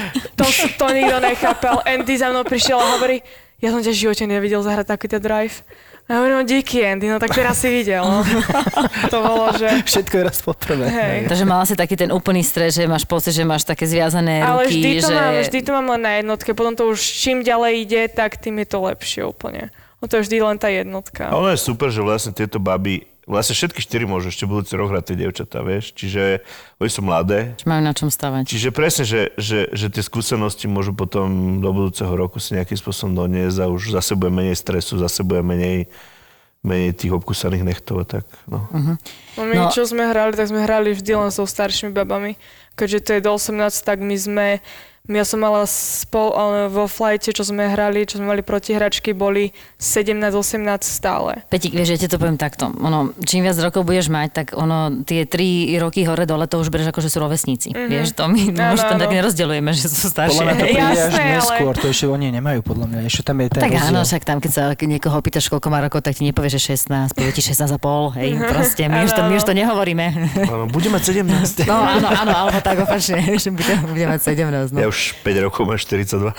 S4: To, to nikto nechápal. Andy za mnou prišiel a hovorí, ja som ťa v živote nevidel zahrať takýto drive. A ja hovorím, no díky Andy, no tak teraz si
S2: [laughs]
S4: videl. No. To bolo, že...
S5: [laughs] Všetko je raz poprvé.
S4: Hej.
S2: Takže mala si taký ten úplný stres, že máš pocit, že máš také zviazané
S4: Ale
S2: ruky,
S4: vždy to,
S2: že...
S4: mám, vždy to mám len na jednotke, potom to už čím ďalej ide, tak tým je to lepšie úplne. No to je vždy len tá
S3: A
S4: jednotka.
S3: ono je super, že vlastne tieto baby, vlastne všetky štyri môžu ešte budúci rok hrať tie dievčatá, vieš, čiže oni sú mladé.
S2: Majú na čom stavať.
S3: Čiže presne, že, že, že tie skúsenosti môžu potom do budúceho roku si nejakým spôsobom doniesť a už zase bude menej stresu, zase bude menej, menej tých obkusaných nechtov a tak. No. Uh-huh.
S4: No my,
S2: No.
S4: čo sme hrali, tak sme hrali vždy len so staršími babami. Keďže to je do 18, tak my sme... Ja som mala spol, ale vo flajte, čo sme hrali, čo sme mali proti hračky, boli 17-18 stále.
S2: Petik, vieš, ja ti to poviem takto. Ono, čím viac rokov budeš mať, tak ono, tie tri roky hore dole, to už bereš ako, že sú rovesníci. Mm-hmm. Vieš, to my
S4: Mhm. Áno,
S2: už to tak
S4: áno.
S2: nerozdeľujeme, že sú staršie.
S5: Podľa
S2: [laughs]
S5: mňa to
S4: Jasné,
S5: príde až
S4: ale-
S5: neskôr, to ešte oni nemajú, podľa mňa. Ešte tam je ten
S2: Tak
S5: rozdiel.
S2: áno, však tam, keď sa niekoho pýtaš, koľko má rokov, tak ti nepovie, že 16, povie ti 16 a pol, hej,
S4: Mhm.
S2: proste, my, už to, my už to nehovoríme.
S3: Bude mať 17.
S2: [laughs] No áno, áno, alebo tak opačne, [laughs] že bude, bude mať 17, no.
S3: Ja už 5 rokov mám 42.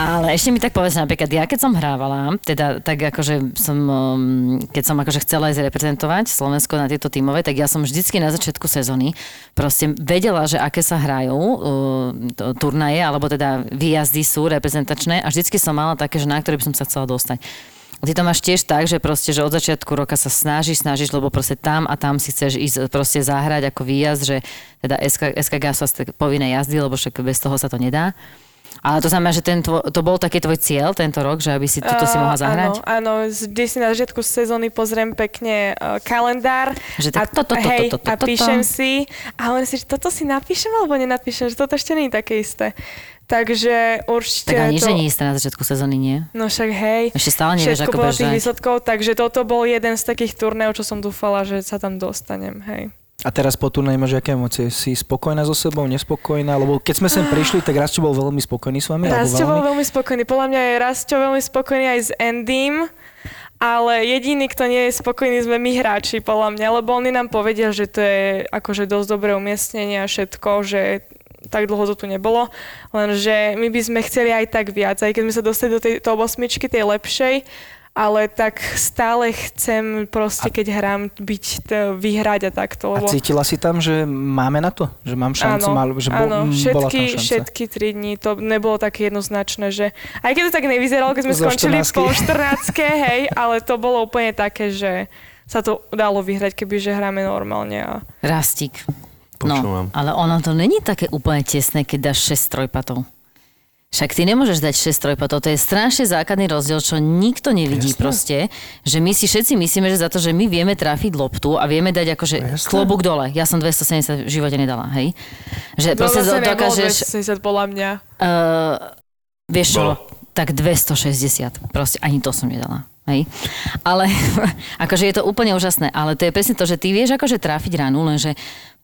S2: Ale ešte mi tak povedz napríklad, ja keď som hrávala, teda tak akože som, um, keď som akože chcela aj reprezentovať Slovensko na tieto tímové, tak ja som vždycky na začiatku sezóny proste vedela, že aké sa hrajú uh, to- turnaje, alebo teda výjazdy sú reprezentačné a vždycky som mala také, že na ktoré by som sa chcela dostať. Ty to máš tiež tak, že proste, že od začiatku roka sa snažíš, snažíš, lebo proste tam a tam si chceš ísť proste zahrať ako výjazd, že teda SK, SKG sa z tej povinnej jazdy, lebo však bez toho sa to nedá. Ale to znamená, že ten tvo, to bol taký tvoj cieľ tento rok, že aby si toto si mohla
S4: Eh,
S2: zahrať?
S4: Áno, áno, vždy si na začiatku sezóny pozriem pekne eh, kalendár
S2: Že tak
S4: a,
S2: toto, toto,
S4: hej,
S2: toto,
S4: a
S2: toto.
S4: píšem si a len si, že toto si napíšem alebo nenapíšem, že toto ešte nie je také isté. Takže určite
S2: Tak ani,
S4: to...
S2: že nie ste na začiatku sezóny, nie?
S4: No však hej,
S2: Ešte stále nevieš,
S4: všetko
S2: ako
S4: bolo
S2: budeš
S4: tých
S2: hrať.
S4: výsledkov, takže toto bol jeden z takých turnéov, čo som dúfala, že sa tam dostanem, hej.
S5: A teraz po turnaji máš aké emócie? Si spokojná so sebou, nespokojná? Lebo keď sme sem prišli, tak Rasto bol veľmi spokojný s vami. alebo
S4: Rasto bol
S5: veľmi...
S4: veľmi spokojný, podľa mňa je Rasto veľmi spokojný aj s Endym, ale jediný, kto nie je spokojný, sme my hráči, podľa mňa, lebo oni nám povedia, že to je akože dosť dobré umiestnenie a všetko, že tak dlho to tu nebolo, lenže my by sme chceli aj tak viac, aj keď sme sa dostali do tej do osmičky, tej lepšej, ale tak stále chcem proste, keď hrám, byť, t- vyhrať a takto.
S5: A
S4: lebo-
S5: cítila si tam, že máme na to? Že mám šancu? mal, že bol,
S4: áno,
S5: m,
S4: všetky,
S5: bola tam šanca.
S4: všetky tri dni to nebolo také jednoznačné, že aj keď to tak nevyzeralo, keď sme
S5: Zo
S4: skončili
S5: 14-ky.
S4: po
S5: [laughs]
S4: 14 hej, ale to bolo úplne také, že sa to dalo vyhrať, kebyže hráme normálne. A...
S2: Rastík.
S3: Počúvam.
S2: No, ale ono to není také úplne tesné, keď dáš 6 trojpatov. Však ty nemôžeš dať 6 trojpatov, to je strašne základný rozdiel, čo nikto nevidí Jasne. proste, že my si všetci myslíme, že za to, že my vieme trafiť loptu a vieme dať akože Jasne. klobúk dole. Ja som 270 v živote nedala, hej? Že proste
S4: zase nebolo
S2: dokážeš...
S4: 270 podľa mňa.
S2: Uh, vieš čo,
S3: Bolo.
S2: tak 260. Proste ani to som nedala. Hej. Ale [laughs] akože je to úplne úžasné, ale to je presne to, že ty vieš akože tráfiť ranu, lenže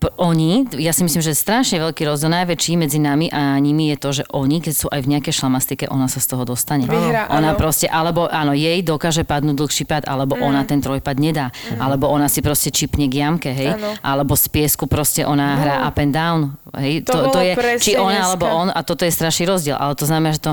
S2: p- oni, ja si myslím, že strašne veľký rozdiel, najväčší medzi nami a nimi je to, že oni, keď sú aj v nejakej šlamastike, ona sa z toho dostane.
S4: Vyhrá,
S2: ona
S4: áno.
S2: proste, alebo áno, jej dokáže padnúť dlhší pad, alebo mm. ona ten trojpad nedá, mm. alebo ona si proste čipne k jamke, hej,
S4: Áno.
S2: alebo z piesku proste ona no. hrá up and down, hej,
S4: To
S2: to, to,
S4: bolo
S2: je, či
S4: presne
S2: ona,
S4: dneska.
S2: alebo on, a toto je strašný rozdiel, ale to znamená, že to,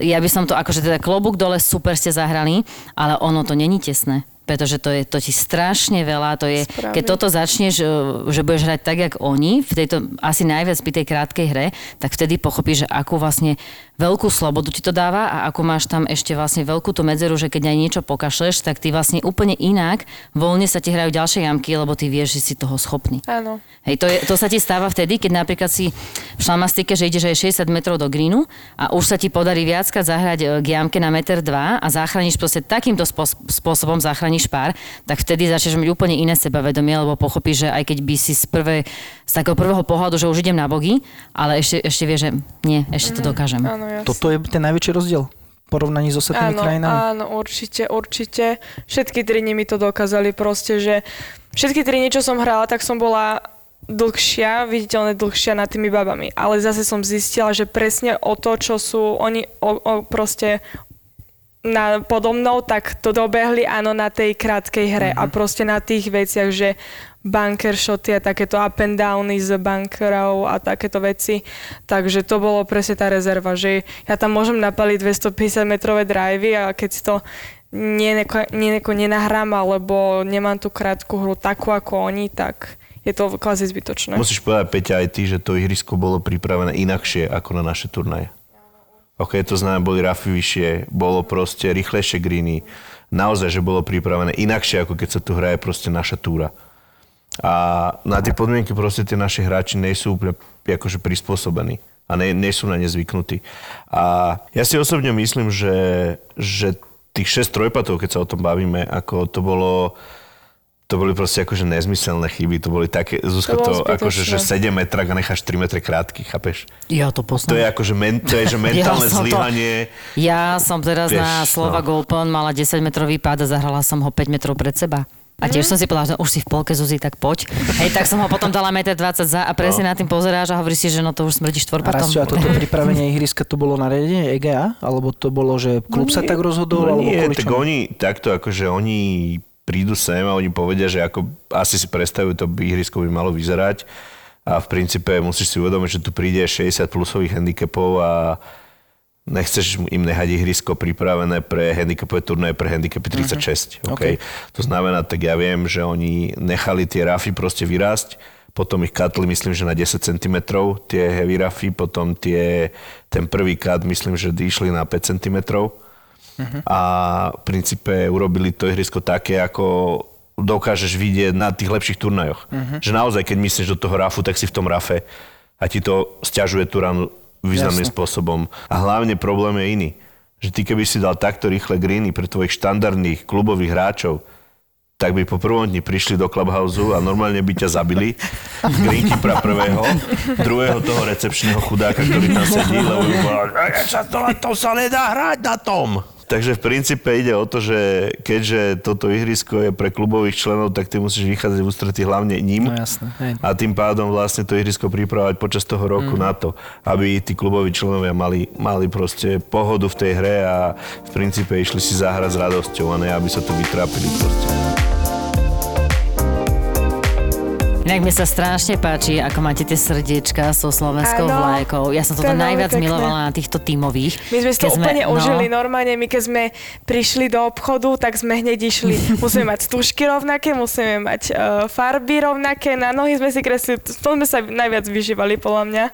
S2: ja by som to, akože teda klobúk dole, super ste zahrali, ale ono to není tesné pretože to, je, to ti strašne veľa, to je,
S4: Spraví.
S2: keď toto začneš, e, že budeš hrať tak, jak oni, v tejto asi najviac pri tej krátkej hre, tak vtedy pochopíš, že akú vlastne veľkú slobodu ti to dáva a ako máš tam ešte vlastne veľkú tú medzeru, že keď aj niečo pokašleš, tak ty vlastne úplne inak, voľne sa ti hrajú ďalšie jamky, lebo ty vieš, že si toho schopný.
S4: Áno.
S2: Hej, to, je, to sa ti stáva vtedy, keď napríklad si v šlamastike, že ideš aj 60 metrov do greenu a už sa ti podarí viackrát zahrať e, k jamke na meter dva a zachrániš proste takýmto spos- spôsobom zachrániš pár, tak vtedy začneš mať úplne iné sebavedomie, lebo pochopíš, že aj keď by si z, prvé, z takého prvého pohľadu, že už idem na bogy, ale ešte, ešte vieš, že nie, ešte to dokážem.
S4: Áno, jasne.
S5: Toto je ten najväčší rozdiel v porovnaní s ostatnými
S4: áno,
S5: krajinami.
S4: Áno, určite, určite. Všetky tri dni mi to dokázali proste, že všetky tri dni, čo som hrála, tak som bola dlhšia, viditeľne dlhšia nad tými babami. Ale zase som zistila, že presne o to, čo sú oni o, o proste na, podo mnou, tak to dobehli áno na tej krátkej hre a proste na tých veciach, že bunker shoty a takéto up and downy z bunkerov a takéto veci. Takže to bolo presne tá rezerva, že ja tam môžem napaliť 250 metrové drivey a keď si to neneko, neneko nenahrám alebo nemám tú krátku hru takú ako oni, tak je to kvázi zbytočné.
S3: Musíš povedať, Peťa, aj ty, že to ihrisko bolo pripravené inakšie ako na naše turnaje. OK, to znamená, boli rafy vyššie, bolo proste rýchlejšie greeny. Naozaj, že bolo pripravené inakšie, ako keď sa tu hraje proste naša túra. A na tie podmienky proste tie naši hráči nie sú úplne akože prispôsobení a nie, nie sú na ne zvyknutí. A ja si osobne myslím, že, že tých 6 trojpatov, keď sa o tom bavíme, ako to bolo to boli proste akože nezmyselné chyby, to boli také, Zuzka,
S4: To bolo
S3: to, akože, že
S4: zbytočné.
S3: 7 metrak a necháš 3 metre krátky, chápeš?
S2: Ja to
S3: To
S2: poznám.
S3: je akože men, to
S4: [laughs]
S3: je, že mentálne
S2: som to-
S3: zlyhanie.
S2: Ja som teraz
S3: Vieš,
S2: na Slova
S3: no.
S2: no. Golpon mala 10-metrový pád a zahrala som ho 5 metrov pred seba. A
S4: Mhm.
S2: tiež som si povedala, že už si v polke, Zuzi, tak poď. Hej, tak som ho potom dala 1,20 za a presne no. na tým pozeráš a hovoríš si, že no to už smrdí
S5: A
S2: štvorpatom.
S5: Rasto, a [laughs] toto pripravenie ihriska to bolo nariadenie EGA? Alebo to bolo, že klub sa tak rozhodol?
S3: No
S5: alebo
S3: nie,
S5: kvôli
S3: tak
S5: čomu?
S3: oni takto, akože oni prídu sem a oni povedia, že ako asi si predstavujú, to by ihrisko by malo vyzerať a v princípe musíš si uvedomiť, že tu príde 60 plusových handicapov a nechceš im nehať ihrisko pripravené pre handicapové turnaje pre handicapy 36. Uh-huh. Okay? To znamená, tak ja viem, že oni nechali tie rafy proste vyrásť, potom ich katli, myslím, že na 10 cm, tie heavy rafy, potom tie, ten prvý kat, myslím, že išli na 5 cm. Mhm. A v princípe urobili to ihrisko také, ako dokážeš vidieť na tých lepších turnajoch. Že naozaj, keď myslíš do toho rafu, tak si v tom rafe a ti to stiažuje tú ranu významným
S5: Jasne.
S3: spôsobom. A hlavne problém je iný. Že ty keby si dal takto rýchle greeny pre tvojich štandardných klubových hráčov, tak by po prvom dni prišli do Clubhouse a normálne by ťa zabili. Greenky pra prvého, druhého toho recepčného chudáka, ktorý tam sedí, lebo by povedal, "E, sa to, na tom sa nedá hrať na tom. Takže v princípe ide o to, že keďže toto ihrisko je pre klubových členov, tak ty musíš vychádzať v ústretí hlavne ním.
S5: No jasné, hej.
S3: A tým pádom vlastne to ihrisko pripravovať počas toho
S5: Mhm.
S3: roku mm. na to, aby tí kluboví členovia mali, mali proste pohodu v tej hre a v princípe išli si zahrať s radosťou a ne, aby sa tu vytrápili proste.
S2: Inak mi sa strašne páči, ako máte tie srdiečka so slovenskou
S4: Áno,
S2: vlajkou. Ja som
S4: to
S2: toto
S4: je veľmi
S2: najviac
S4: pekné.
S2: milovala na týchto tímových.
S4: My sme si
S2: Keď
S4: to úplne
S2: no,
S4: užili, normálne my keď sme prišli do obchodu, tak sme hneď išli, musíme mať stužky rovnaké, musíme mať eh, farby rovnaké, na nohy sme si kreslili, to to sme sa najviac vyžívali podľa mňa.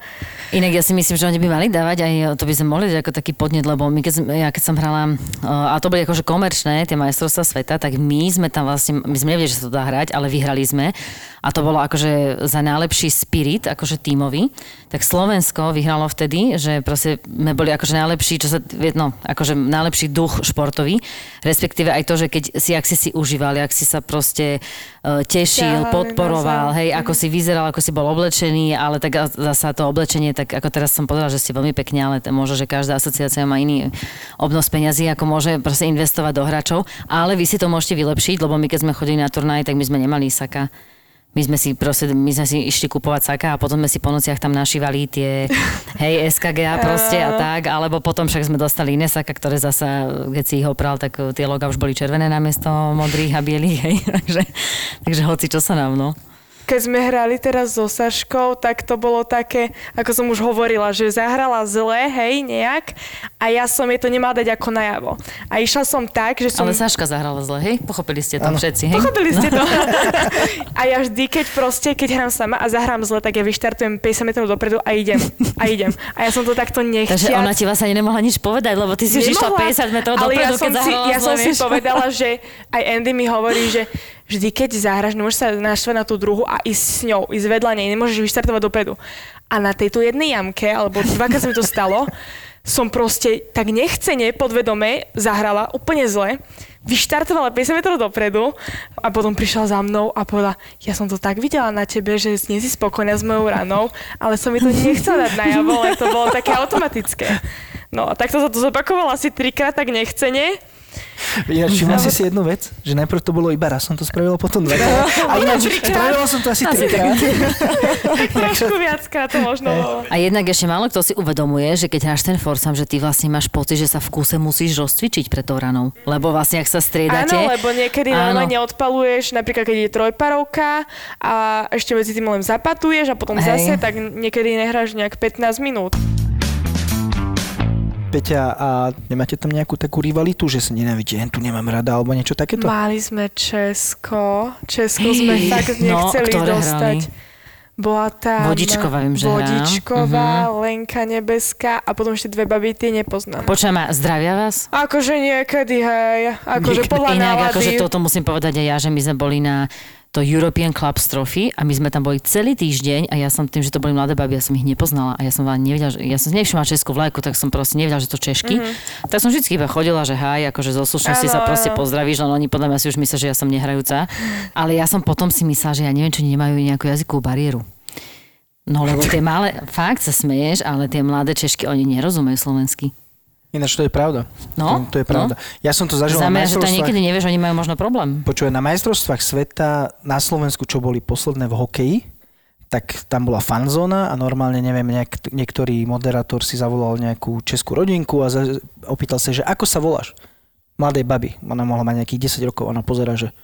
S2: Inak ja si myslím, že oni by mali dávať aj to by sme mohli dať ako taký podnet, lebo my keď, sme- ja keď som hrala, eh, a to boli akože komerčné, tie majstrovstvá sveta, tak my sme tam vlastne, my sme nevedeli, že sa to dá hrať, ale vyhrali sme. A to bolo akože za najlepší spirit, akože tímový. Tak Slovensko vyhralo vtedy, že proste sme boli akože najlepší, čo sa, vie- no, akože najlepší duch športový, respektíve aj to, že keď si, ak si si užíval, ak si sa proste eh, tešil,
S4: Ťahali
S2: podporoval,
S4: na zem.
S2: hej, ako si vyzeral, ako si bol oblečený, ale tak a- zasa to oblečenie, tak ako teraz som povedala, že ste veľmi pekne, ale t- možno, že každá asociácia má iný obnos peňazí, ako môže proste investovať do hráčov, ale vy si to môžete vylepšiť, lebo my keď sme chodili na turnaj, tak my sme nemali saka. My sme si proste, my sme si išli kupovať saka a potom sme si po nociach tam našívali tie hej, SKGA proste a tak, alebo potom však sme dostali iné saka, ktoré zasa, keď si ich opral, tak uh, tie loga už boli červené namiesto modrých a bielých, hej, [laughs] takže, takže hoci čo sa nám, no.
S4: Keď sme hrali teraz so Saškou, tak to bolo také, ako som už hovorila, že zahrala zle, hej, nejak, a ja som jej to nemala dať ako najavo. A išla som tak, že som...
S2: Ale Saška zahrala zle, hej? Pochopili ste to všetci, hej?
S4: Pochopili ste to. [laughs] A ja vždy, keď proste, keď hrám sama a zahrám zle, tak ja vyštartujem 50 metrov dopredu a idem. A idem. A ja som to takto nechtiac.
S2: Takže ona ti vás ani nemohla nič povedať, lebo ty si už išla 50 metrov
S4: ale
S2: dopredu,
S4: ja som
S2: keď
S4: si,
S2: zahrala
S4: ja
S2: zle,
S4: som si
S2: vieš. [laughs]
S4: povedala, že aj Andy mi hovorí, že vždy keď zahraš, nemôžeš sa naštvať na tú druhu a ísť s ňou, ísť vedľa nej, nemôžeš vyštartovať dopredu. A na tejto jednej jamke, alebo dvakrát sa mi to stalo, som proste tak nechcene, podvedome zahrala úplne zle, vyštartovala 50 metrov dopredu a potom prišla za mnou a povedala, ja som to tak videla na tebe, že nie si spokojná s mojou ranou, ale som mi to nechcela dať najavo, len to bolo také automatické. No a takto sa to zopakovalo asi trikrát, tak nechcene.
S5: Ja všimol Hm, si si jednu vec, že najprv to bolo iba raz, som to spravila, potom [laughs] dva. A ináč, spravila som to asi trikrát.
S4: Trošku viackrát to možno bolo.
S2: A jednak ešte málo kto si uvedomuje, že keď hráš ten forsam, že ty vlastne máš pocit, že sa v kúse musíš rozcvičiť pred tou ranou. Lebo vlastne, ak sa striedate...
S4: Áno, lebo niekedy
S2: Áno.
S4: normálne odpaluješ, napríklad keď je trojparovka a ešte medzi tým len zapatuješ a potom
S2: Hej.
S4: zase, tak niekedy nehráš nejak 15 minút.
S5: [laughs] Peťa, a nemáte tam nejakú takú rivalitu, že sa nenávidíte, jen tu nemám rada, alebo niečo takéto?
S4: Mali sme Česko, Česko sme
S2: Hej.
S4: fakt
S2: No,
S4: nechceli
S2: ktoré
S4: dostať. Bola tam...
S2: Vodičková viem, že hrá. Mhm.
S4: Vodičková, Lenka Nebeská a potom ešte dve baby, tie nepoznám.
S2: Počujem ma, zdravia vás?
S4: Akože niekedy, hej. Akože
S5: Niekedy.
S4: podľa nálady.
S2: Inak akože toto musím povedať aj ja, že my sme boli na to European Clubs Trophy a my sme tam boli celý týždeň a ja som tým, že to boli mladé baby, ja som ich nepoznala a ja som vám nevedela, že, ja som si nevšimla českú vlajku, tak som proste nevedela, že to Češky. Mm-hmm. Tak som vždy iba chodila, že haj, akože zo slušnosti
S4: Mhm. Áno,
S2: sa proste
S4: áno.
S2: pozdravíš, len oni podľa mňa si už myslia, že ja som nehrajúca. Ale ja som potom si myslela, že ja neviem, či nemajú nejakú jazykovú bariéru. No lebo tie malé, fakt sa smeješ, ale tie mladé Češky, oni nerozumejú slovensky.
S5: Ináč to je pravda.
S2: No,
S5: to, to je pravda. Ja som to zažil
S2: Za
S5: na
S2: mňa, že to
S5: majstrovstvách.
S2: niekedy nevieš, oni majú možno problém.
S5: Počuje, na majstrovstvách sveta na Slovensku, čo boli posledné v hokeji, tak tam bola fanzóna a normálne, neviem, nejak, niektorý moderátor si zavolal nejakú českú rodinku a za, opýtal sa, že ako sa voláš? Mladej baby. Ona mohla mať nejakých 10 rokov. Ona pozera, že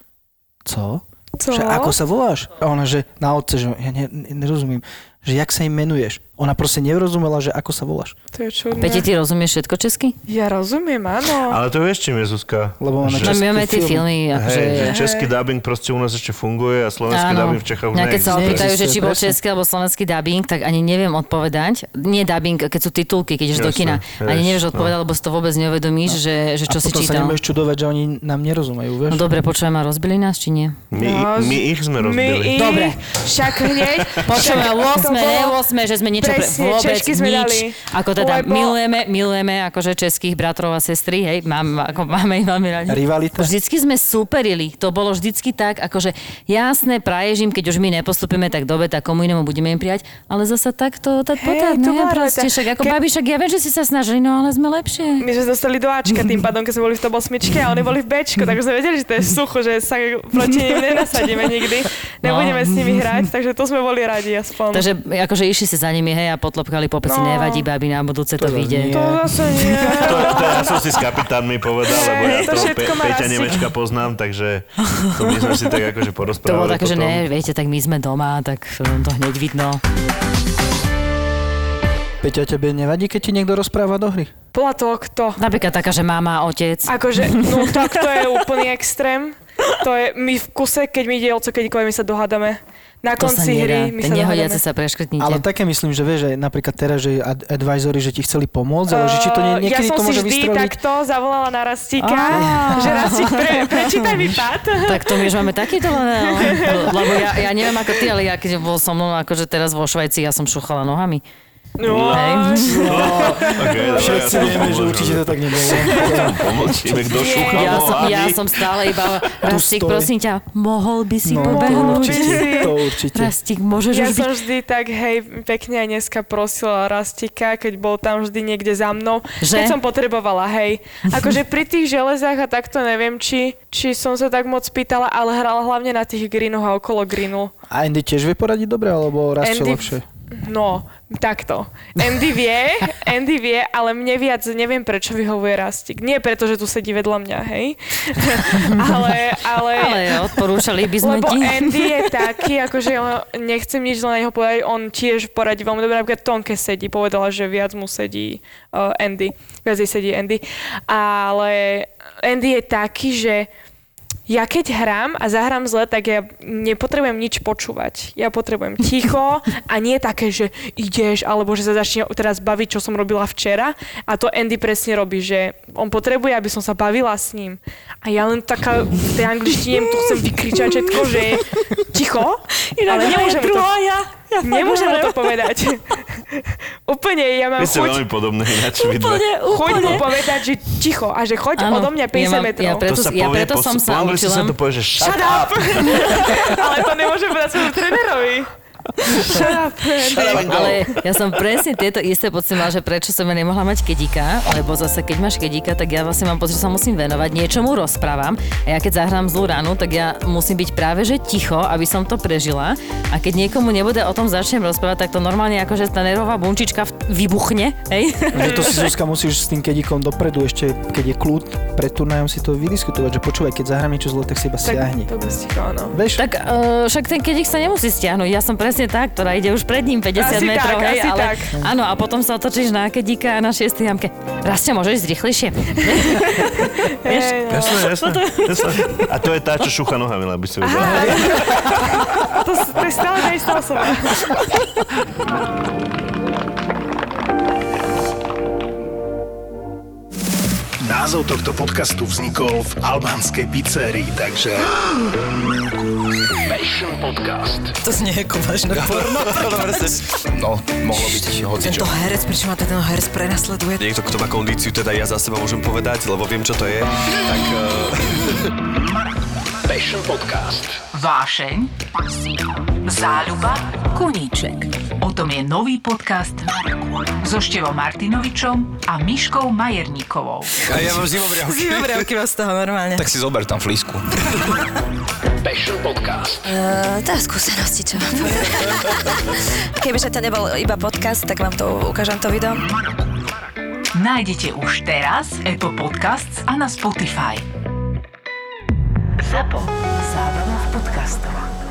S2: No.
S5: co?
S4: Co?
S5: Že ako sa voláš? A ona, že na otce, že ja ne, ne- nerozumím, že jak sa im menuješ. Ona proste nerozumela, že ako sa voláš.
S4: To je čudné.
S2: Peti, ty rozumieš všetko česky?
S4: Ja rozumiem, áno.
S3: Ale to vieš, čím je Zuzka?
S5: Lebo ona
S2: No
S3: že,
S5: český
S2: my máme tie
S5: film.
S2: filmy, akože...
S3: hej, že český dubbing proste u nás ešte funguje a slovenský dubbing v Čechách už
S2: Ja keď sa
S3: neexistuje.
S2: opýtajú, že či bol
S5: Presne.
S2: český alebo slovenský dubbing, tak ani neviem odpovedať. Nie dubbing, keď sú titulky, keď ideš do
S3: Jasné,
S2: kina.
S3: jasné,
S2: Ani nevieš odpovedať, lebo si to vôbec neuvedomíš, že, že čo
S5: a
S2: si
S5: potom sa
S2: čítal.
S5: nemôžeš čudovať, že oni nám nerozumejú, vieš?
S2: No dobre, počujem, a rozbili nás, či nie?
S3: My, my ich sme
S4: My
S3: rozbili.
S4: ich,
S2: Dobre.
S4: Však hneď. [laughs]
S2: Počujem,
S4: však
S2: a
S4: to
S2: 8, ne
S4: bolo-
S2: 8, že sme niečo niečo pre,
S4: Presne,
S2: vôbec
S4: Češky sme
S2: nič.
S4: dali.
S2: Ako teda
S4: Lebo-
S2: milujeme, milujeme akože českých bratov a sestry, hej, mám, ako máme ich veľmi radi.
S5: Rivalita.
S2: Vždycky sme superili, to bolo vždycky tak, akože jasné, praješ im, keď už my nepostupíme tak dobe, tak komu inému budeme im prijať, ale zasa takto, tak
S4: Hej,
S2: potá,
S4: to
S2: nie,
S4: bola
S2: proste,
S4: realita.
S2: však ako
S4: Ke-
S2: Ke... babi, však ja viem, že si sa snažili, no ale sme lepšie.
S4: My sme sa dostali do Ačka tým pádom, keď sme boli v top 8 a oni boli v Bčku, takže sme vedeli, že to je sucho, že sa proti nim nenasadíme nikdy. Nebudeme s nimi hrať, takže to sme boli radi aspoň.
S2: Takže akože išli si za nimi, hej, a potlopkali po peci, no,
S4: No.
S2: nevadí, babi, na budúce to,
S5: To nie.
S2: vyjde.
S4: To zase nie.
S3: To, to ja som si s kapitánmi povedal, lebo ja to
S4: To
S3: Pe-
S4: všetko má
S3: Peťa
S4: rastik.
S3: Nemečka poznám, takže to my sme si tak akože
S2: To bolo
S3: porozprávali.
S2: také, že
S3: potom. No,
S2: ne, viete, tak my sme doma, tak um, to hneď vidno.
S5: Peťa, tebe nevadí, keď ti niekto rozpráva do hry?
S4: Bola to kto?
S2: Napríklad taká, že mama, otec.
S4: Akože, no tak to je úplný extrém. To je, my v kuse, keď mi ide oco kedykoľvek, my sa dohádame. Na
S2: to sa
S4: konci
S2: nedá.
S4: hry my sa
S2: Nehodiace
S4: dohádame.
S2: sa preškrtnite.
S5: Ale také myslím, že vieš, že napríklad teraz, že ad- advisory, že ti chceli pomôcť, ale že či to nie,
S4: Eh, ja
S5: niekedy
S4: som
S5: to
S4: si
S5: môže
S4: vždy
S5: vystreliť.
S4: takto zavolala na Rastíka,
S2: Á.
S4: že Rastík, pre, prečítaj mi pát.
S2: Tak to my už máme takýto level. [laughs] Lebo ja, ja neviem ako ty, ale ja keď bol so mnou akože teraz vo Švajci, ja som šuchala nohami.
S4: No,
S2: Hej.
S3: Okay, dobre,
S5: Všetci
S3: ja to
S5: vieme, že
S3: pomôžem.
S5: určite to tak nebolo.
S3: Pomlčíme, kto
S4: Nie.
S3: šúcha
S2: Ja som,
S3: nohami.
S2: ja som stále iba, Rastík,
S5: stoj.
S2: prosím ťa, mohol by si
S5: No, to
S2: pobehnúť?
S5: určite, to určite.
S2: Rastík, môžeš už
S4: Ja
S2: byť
S4: som vždy tak, hej, pekne aj dneska prosila Rastika, keď bol tam vždy niekde za mnou.
S2: Že?
S4: Keď som potrebovala, hej. Akože pri tých železách a takto neviem, či, či som sa tak moc pýtala, ale hral hlavne na tých greenoch a okolo greenu.
S5: A Andy tiež vie poradiť dobre, alebo raz čo
S4: Andy-
S5: lepšie?
S4: No, takto. Andy vie, [laughs] Andy vie, ale mne viac neviem, prečo vyhovuje Rastik. Nie preto, že tu sedí vedľa mňa, hej. [laughs] ale, ale,
S2: Ale odporúčali by sme
S4: Lebo
S2: ti.
S4: Andy je taký, akože on- nechcem nič zle na neho povedať, on tiež poradí veľmi dobre, napríklad Tonke sedí, povedala, že viac mu sedí uh, Andy, viac jej sedí Andy, ale Andy je taký, že ja keď hrám a zahrám zle, tak ja nepotrebujem nič počúvať. Ja potrebujem ticho a nie také, že ideš, alebo že sa začne teraz baviť, čo som robila včera. A to Andy presne robí, že on potrebuje, aby som sa bavila s ním. A ja len taká v tej angličtine tu chcem vykričať všetko, že ticho, ale nemôžem mu to,
S2: ja, ja
S4: nemôžem mu to povedať. [laughs] Úplne ja mám
S3: Vy ste
S4: chuť,
S3: veľmi podobní ináč vy dve.
S4: chuť mu povedať, že ticho a že choď
S2: Áno,
S4: odo mňa 50
S2: ja mám-
S4: metrov.
S2: ja preto-
S3: To sa
S2: ja
S3: povie
S2: preto
S3: po-
S2: som sa
S3: po anglicky
S2: učila.
S3: sa to povie, že shut
S4: Shut up! [laughs] Ale to nemôžem povedať svojmu trénerovi. Shut up, Andy.
S2: Ale ja som presne tieto isté pocity mala, že prečo som ja nemohla mať kedíka, lebo zase keď máš kedíka, tak ja vlastne mám pocit, že sa musím venovať, niečomu rozprávam a ja keď zahrám zlú ranu, tak ja musím byť práve že ticho, aby som to prežila a keď niekomu nebude o tom začnem rozprávať, tak to normálne ako, že tá nervová bunčička v- vybuchne, hej? [laughs]
S5: Že to si Zuzka musíš s tým kedíkom dopredu ešte, keď je kľud, pred turnajom si to vydiskutovať, že počúvaj, keď zahrám niečo zle, tak si iba
S4: Tak
S5: siahni.
S4: to bez ticho, áno.
S5: Vieš,
S2: Tak uh, však ten kedík sa nemusí stiahnuť. Ja som presne tá, ktorá ide už pred ním 50
S4: Asi
S2: metrov.
S4: tak,
S2: hej,
S4: asi
S2: ale,
S4: tak.
S2: Áno, a potom sa otočíš na kedíka a na šiestej jamke. Raz ťa môžeš ísť rýchlejšie. Vieš?
S4: Hej, no.
S3: Jasné, jasné, jasné. A to je tá, čo šúcha nohami, aby ste vedeli.
S4: A to, to je stále tá istá osoba.
S6: Názov tohto podcastu vznikol v albánskej pizzerii, takže... Passion Podcast.
S7: To znie ako vážne porno.
S6: No, mohlo byť
S7: Tento
S6: hocičo.
S7: herec, prečo ma ten herec prenasleduje?
S8: niekto, kto má kondíciu, teda ja za seba môžem povedať, lebo viem, čo to je, tak... eh,
S6: Passion Podcast.
S1: Vášeň, záľuba, koníček. O tom je nový podcast so Števom Martinovičom a Miškou Majerníkovou.
S8: A ja mám zimobriavky.
S7: Vybrávky mám z toho normálne.
S8: Tak si zober tam flísku.
S6: Passion Podcast.
S9: Uh, tá skúsenosti, čo mám povedať. Kebyže to nebol iba podcast, tak vám to ukážem to video.
S1: Nájdete už teraz Apple Podcasts a na Spotify. ZAPO. Zábrná v podcastovách.